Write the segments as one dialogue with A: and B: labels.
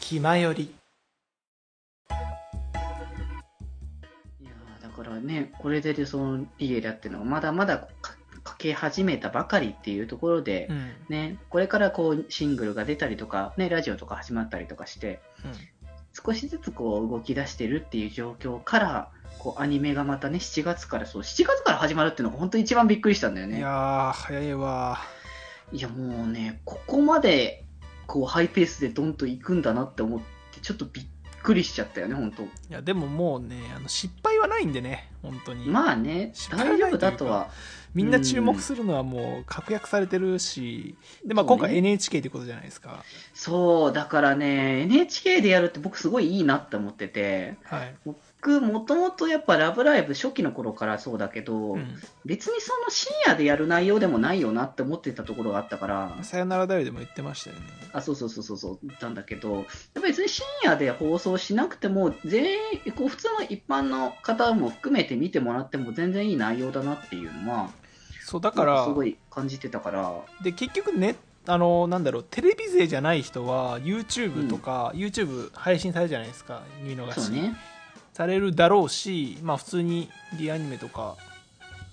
A: 気まより
B: いやーだからね、これででそのリエラっていうのはまだまだかかけ始めたばかりっていうところで、
A: うん
B: ね、これからこうシングルが出たりとか、ね、ラジオとか始まったりとかして、少しずつこう動き出してるっていう状況から、こうアニメがまたね、7月から、そう、7月から始まるっていうのが本当に一番びっくりしたんだよ
A: うん
B: ね。
A: いやー早いわ
B: いやもうね、ここまでこうハイペースでドンと行くんだなって思って、ちょっとびっくりしちゃったよね、本当。
A: いやでももうねあの失敗はないんでね本当に、
B: まあね
A: し、かたない
B: 大
A: とい
B: 丈
A: うか
B: 夫だとは。
A: みんな注目するのはもう確約されてるしで、まあ、
B: そう
A: 今
B: ね
A: 回 NHK ってことじゃないですか、
B: そう、だからね、NHK でやるって僕すごいいいなって思ってて、
A: はい
B: 僕もともとやっぱラブライブ初期の頃からそうだけど、
A: うん
B: 別にその深夜でやる内容でもないよなって思ってたところがあったから、
A: さよならだよ」でも言ってましたよね
B: あ、そうそうそうそうそう、言ったんだけど、やっぱり別に深夜で放送しなくても、全員、こう普通の一般の方も含めて見てもらっても全然いい内容だなっていうのは、
A: そうだから
B: すごい感じてたから、
A: で結局ねあのなんだろうテレビ勢じゃない人は YouTube とか、YouTube 配信されるじゃないですか見逃
B: そう
A: し、
B: ね。
A: されるだろうしまあ普通にリアニメとか、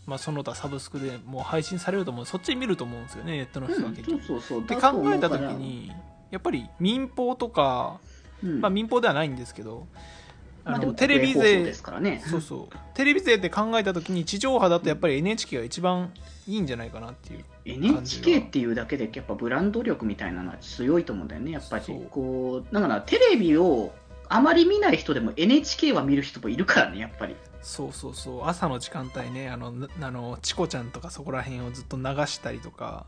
A: まあ、その他サブスクでもう配信されると思うそっち見ると思うんですよねネットの
B: うん、
A: 人
B: そ
A: は結局
B: う、そうそう。
A: で
B: だと
A: 考
B: 思
A: え
B: うか
A: た
B: ら
A: 時、にやっぱり民放とか、
B: うん
A: まあ、民放ではないんですけど、
B: ま
A: あ
B: あで
A: の
B: も
A: テレビ
B: 国営放
A: 勢
B: 送ですからね。
A: そうそうテレビ勢って考えた時に地上波だとやっぱり NHK が一番いいんじゃないかなっていう、
B: NHK っていうだけでやっぱブランド力みたいなのは強いと思うんだよねやっぱり
A: そう
B: こうだからテレビをあまり見ない人でも NHK は見る人もいるからねやっぱり
A: そうそうそう朝の時間帯ねあのなあのチコちゃんとかそこら辺をずっと流したりとか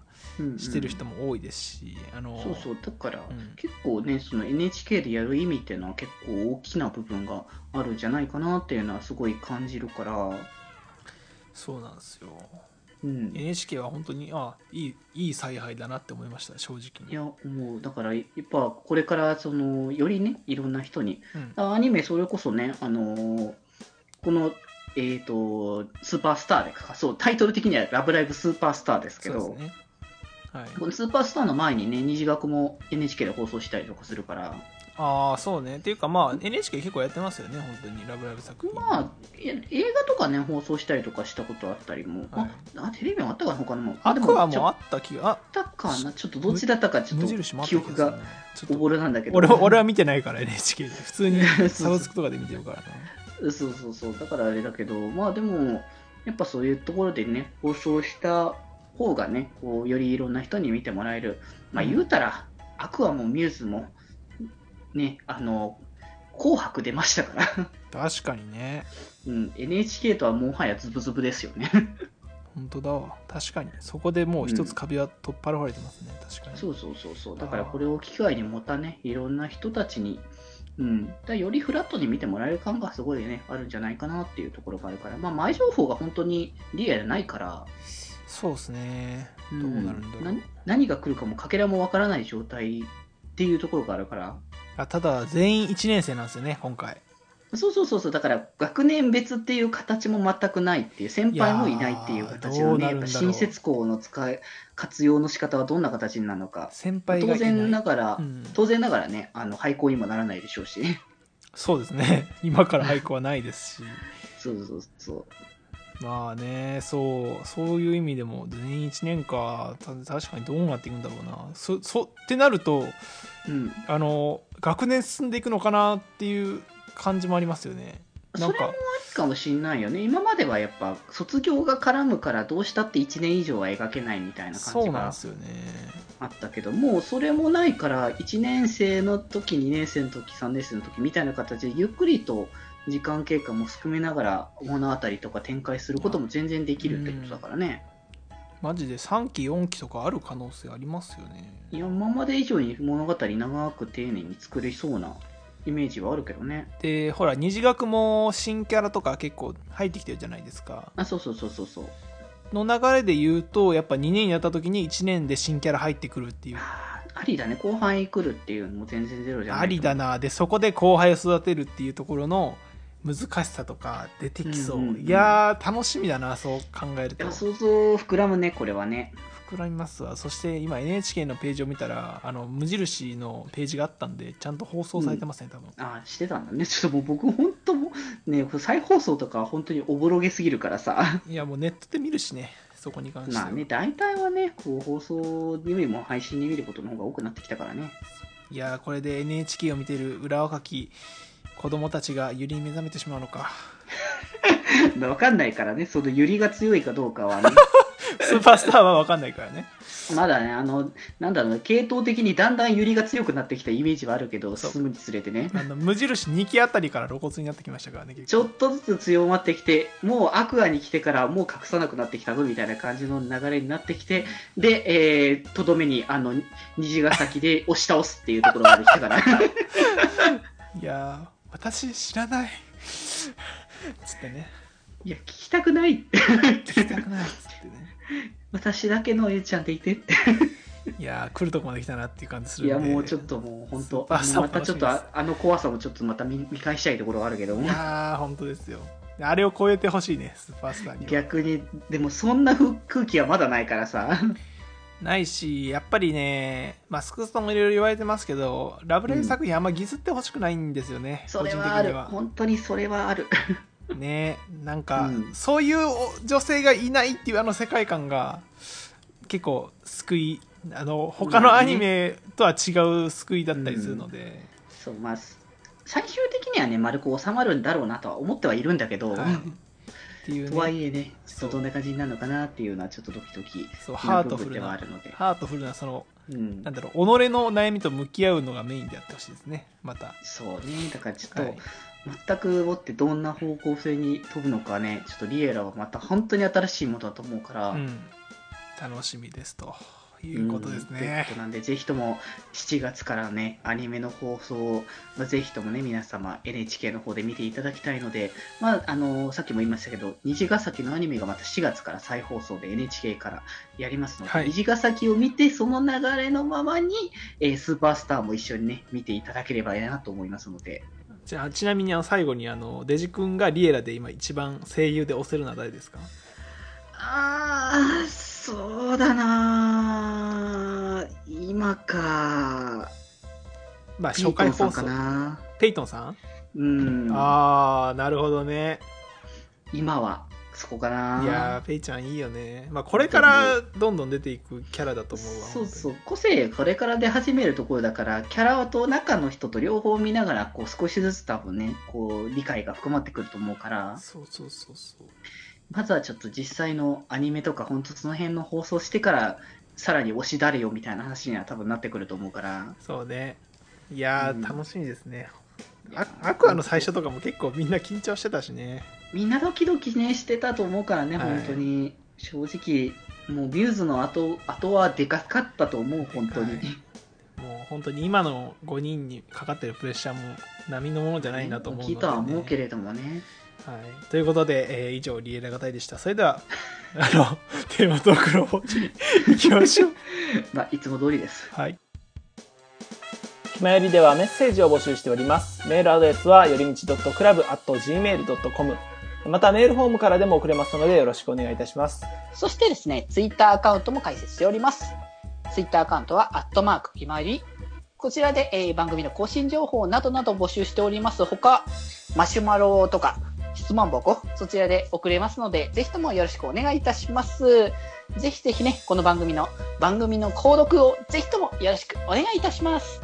A: してる人
B: も
A: も多いですし、あの
B: そうそうだから、
A: うん
B: 結構ねその NHK でやる意味っていうのは結構大きな部分があるんじゃないかなっていうのはすごい感じるから、
A: そうなんですよ
B: うん
A: NHK は本当にあいいいい采配だなって思いました正直
B: い
A: に、
B: やもうだからやっぱこれからそのよりねいろんな人に
A: うん
B: アニメそれこそね、あのーこの、えー、とスーパースターでかそうタイトル的には「ラブライブスーパースター」ですけ
A: そうで
B: ど
A: すねはい、
B: このスーパースターの前にね虹学も NHK で放送したりとかするから
A: ああそうねっていうかまあ NHK 結構やってますよね本当に「ラブライブ!」作品、
B: まあえ映画とかね放送したりとかしたことあったりも、
A: はい
B: ああテレビもあったかな他のも
A: あ
B: で
A: とは
B: ち
A: もう
B: ょ
A: あ
B: っ
A: った気があ
B: とあったかなちょっとどっちだったかちょっ
A: 無
B: と
A: 印もあった
B: 記
A: 気がす
B: 憶
A: るなちょ
B: が
A: っ
B: お
A: と
B: ぼろなんだけど
A: 俺は俺は見てないから NHK で普 通にサブスクとかで見てるからな
B: そうそうそう、だからあれだけど、まあでも、やっぱそういうところでね、放送した方がね、こうよりいろんな人に見てもらえる、まあ
A: うん
B: 言うたら、アクアもミューズも、ね、あの、紅白出ましたから、
A: 確かにね
B: うん、NHK とはもはやズブズブですよね。
A: 本当だわ確かにそこでもう一つ壁は取っ払われてますね、確かに
B: そうそうそうそう、だからこれを機会にまたね、いろんな人たちに、うん、だからよりフラットに見てもらえる感がすごいね、あるんじゃないかなっていうところがあるから、まあ前情報が本当にリアルないから、
A: そうですねどうなるんだろう、
B: な何が来るかもかけらもわからない状態っていうところがあるから
A: あただ全員1年生なんですよね今回
B: そうそうそうそうだから学年別っていう形も全くないっていう先輩もいないっていう形の
A: いやーどうな
B: ね
A: る
B: や
A: んだ
B: っぱ
A: ろう
B: 新設校の使い活用の仕方はどんな形になるのか
A: 先輩がい
B: 当
A: ない
B: 然ながら、
A: うん
B: 当然ながらねあの廃校にもならないでしょうし
A: そうですね今から俳句はないですし
B: そうそうそう
A: まあねそうそういう意味でも全員1年かた確かにどうなっていくんだろうなそそってなると
B: うん
A: あの学年進んでいくのかなっていう感じもありますよねなん
B: それ
A: か
B: もかもしんないよね今まではやっぱ卒業が絡むからどうしたって1年以上は描けないみたいな感
A: そう
B: じ
A: なん
B: が
A: ですよね
B: あったけどもうそれもないから1年生の時2年生の時3年生の時みたいな形でゆっくりと時間経過も含めながら物語とか展開することも全然できるってことだからね、
A: マジで3期4期とかある可能性ありますよね
B: いや今まで以上に物語長く丁寧に作れそうなイメージはあるけどね
A: でほら虹学も新キャラとか結構入ってきてるじゃないですか
B: あそうそうそうそうそう
A: の流れで言うとやっぱ2年やった時に1年で新キャラ入ってくるっていう
B: あーありだね後半へ来るっていうのも全然ゼロじゃない
A: ありだなでそこで後輩を育てるっていうところの難しさとか出てきそう,、
B: うんうんうん
A: いやー楽しみだなそう考える
B: い
A: と
B: や想像膨らむねこれはね
A: 膨らみますわそして今 NHK のページを見たらあの無印のページがあったんでちゃんと放送されてますね、多分
B: ああしてたんだねちょっともう僕本当もうね再放送とかは本当におぼろげすぎるからさ
A: いやもうネットで見るしねそこに関しては、
B: まあね大体はねこう放送よりも配信で見ることの方が多くなってきたからね
A: いやーこれで NHK を見てる裏若き子供たちがゆりに目覚めてしまうのか
B: 分かんないからねその揺りが強いかどうか はね
A: スーパースターは分かんないからね
B: まだねあのなんだろうな系統的にだんだん揺りが強くなってきたイメージはあるけど
A: そう
B: 進むにつれてね
A: あの無印2期あたりから露骨になってきましたからね結
B: ちょっとずつ強まってきて、もうアクアに来てからもう隠さなくなってきたぞみたいな感じの流れになってきて、で、えーとどめにあの虹ヶ崎で押し倒すっていうところまで来たか ら、
A: 局いやー私知らない つってね
B: いや、聞きたくない って、
A: 聞きたくないっつってね
B: 私だけのえちゃんでいてって、
A: いやー来るとこまで来たなっていう感じす
B: い
A: る
B: や、
A: んで
B: もうちょっともう本当、
A: あそう
B: またちょっと
A: 楽しみ
B: ああの怖さもちょっとまた見見返したいところはあるけど
A: い
B: も。
A: やー本当ですよあれを超えてほしいねスーパースターには
B: 逆にでもそんなふ空気はまだないか らさ
A: ないしやっぱりねまあスクストもいろいろ言われてますけどラブレイ作品あんまギスってほしくないんですよね、
B: それ
A: 個人
B: はあ
A: 的に
B: る本当にそれはある
A: ねなんか、
B: うん
A: そういうお女性がいないっていうあの世界観が結構救いあの他のアニメとは違う救いだったりするので、
B: そうまあ最終的にはね丸く収まるんだろうなとは思ってはいるんだけど、
A: はいっていう
B: とは
A: ね
B: いえね、ちょっ
A: そう
B: とどんな感じになるのかなっていうのは、ちょっとドキドキ
A: そうハ
B: な
A: ー
B: 部
A: トフ
B: 分
A: ル
B: ではあ
A: な
B: るので、
A: ハートフルなその
B: うん
A: なんだろう己の悩みと向き合うのがメインでやってほしいですねまた、
B: そうね、だからちょっ
A: は
B: と
A: い、
B: 全くもってどんな方向性に飛ぶのかね、ちょっとリエラはまた本当に新しいものだと思うから、
A: うん、楽しみですということです
B: うんという
A: ね
B: こ、となんで、ぜひとも7月からね、アニメの放送を、まあぜひともね、皆様、NHK の方で見ていただきたいので、まあ、あのさっきも言いましたけど、虹ヶ崎のアニメがまた4月から再放送で NHK からやりますので、
A: はい
B: 虹ヶ崎を見て、その流れのままに、えースーパースターも一緒にね、見ていただければいいなと思いますので、
A: じゃあちなみにあの最後にあのデジ君がリエラで今一番声優で推せるのは誰ですか
B: あー、そうだな今か、
A: まあ初回放送
B: な。
A: ペイトンさん、
B: うん、
A: ああなるほどね
B: 今はそこかない
A: やーペイちゃんいいよね、まあ、これからどんどん出ていくキャラだと思うわ
B: そうそうう個性これから出始めるところだからキャラと中の人と両方見ながらこう少しずつ多分ねこう理解が深まってくると思うから
A: そうそうそうそう
B: まずはちょっと実際のアニメとか本当その辺の放送してからさらに推しだれよみたいな話には多分なってくると思うから
A: そうねいやー、
B: うん
A: 楽しみですねアアクアの最初とかも結構みんな緊張してたしね
B: みんなドキドキねしてたと思うからね、
A: はい
B: 本当に正直もうビューズの後後はでかかったと思う本当に、
A: でかいもう本当に今の5人にかかってるプレッシャーも波のものじゃないなと思うの
B: 大
A: で、
B: き
A: ね
B: いとは思うけれどもね
A: はい、ということで、えー以上リエラがたいでしたそれではあの テーマトークの方に行きましょう
B: まあいつも通りです
A: はい。ひまよりではメッセージを募集しております。メールアドレスは、よりみち .club.gmail.com。また、メールフォームからでも送れますので、よろしくお願いいたします。
C: そしてですね、ツイッターアカウントも開設しております。ツイッターアカウントは、アットマークひまわり。こちらで、えー番組の更新情報などなど募集しております。他、マシュマロとか、質問箱、そちらで送れますので、ぜひともよろしくお願いいたします。ぜひぜひね、この番組の、番組の購読をぜひともよろしくお願いいたします。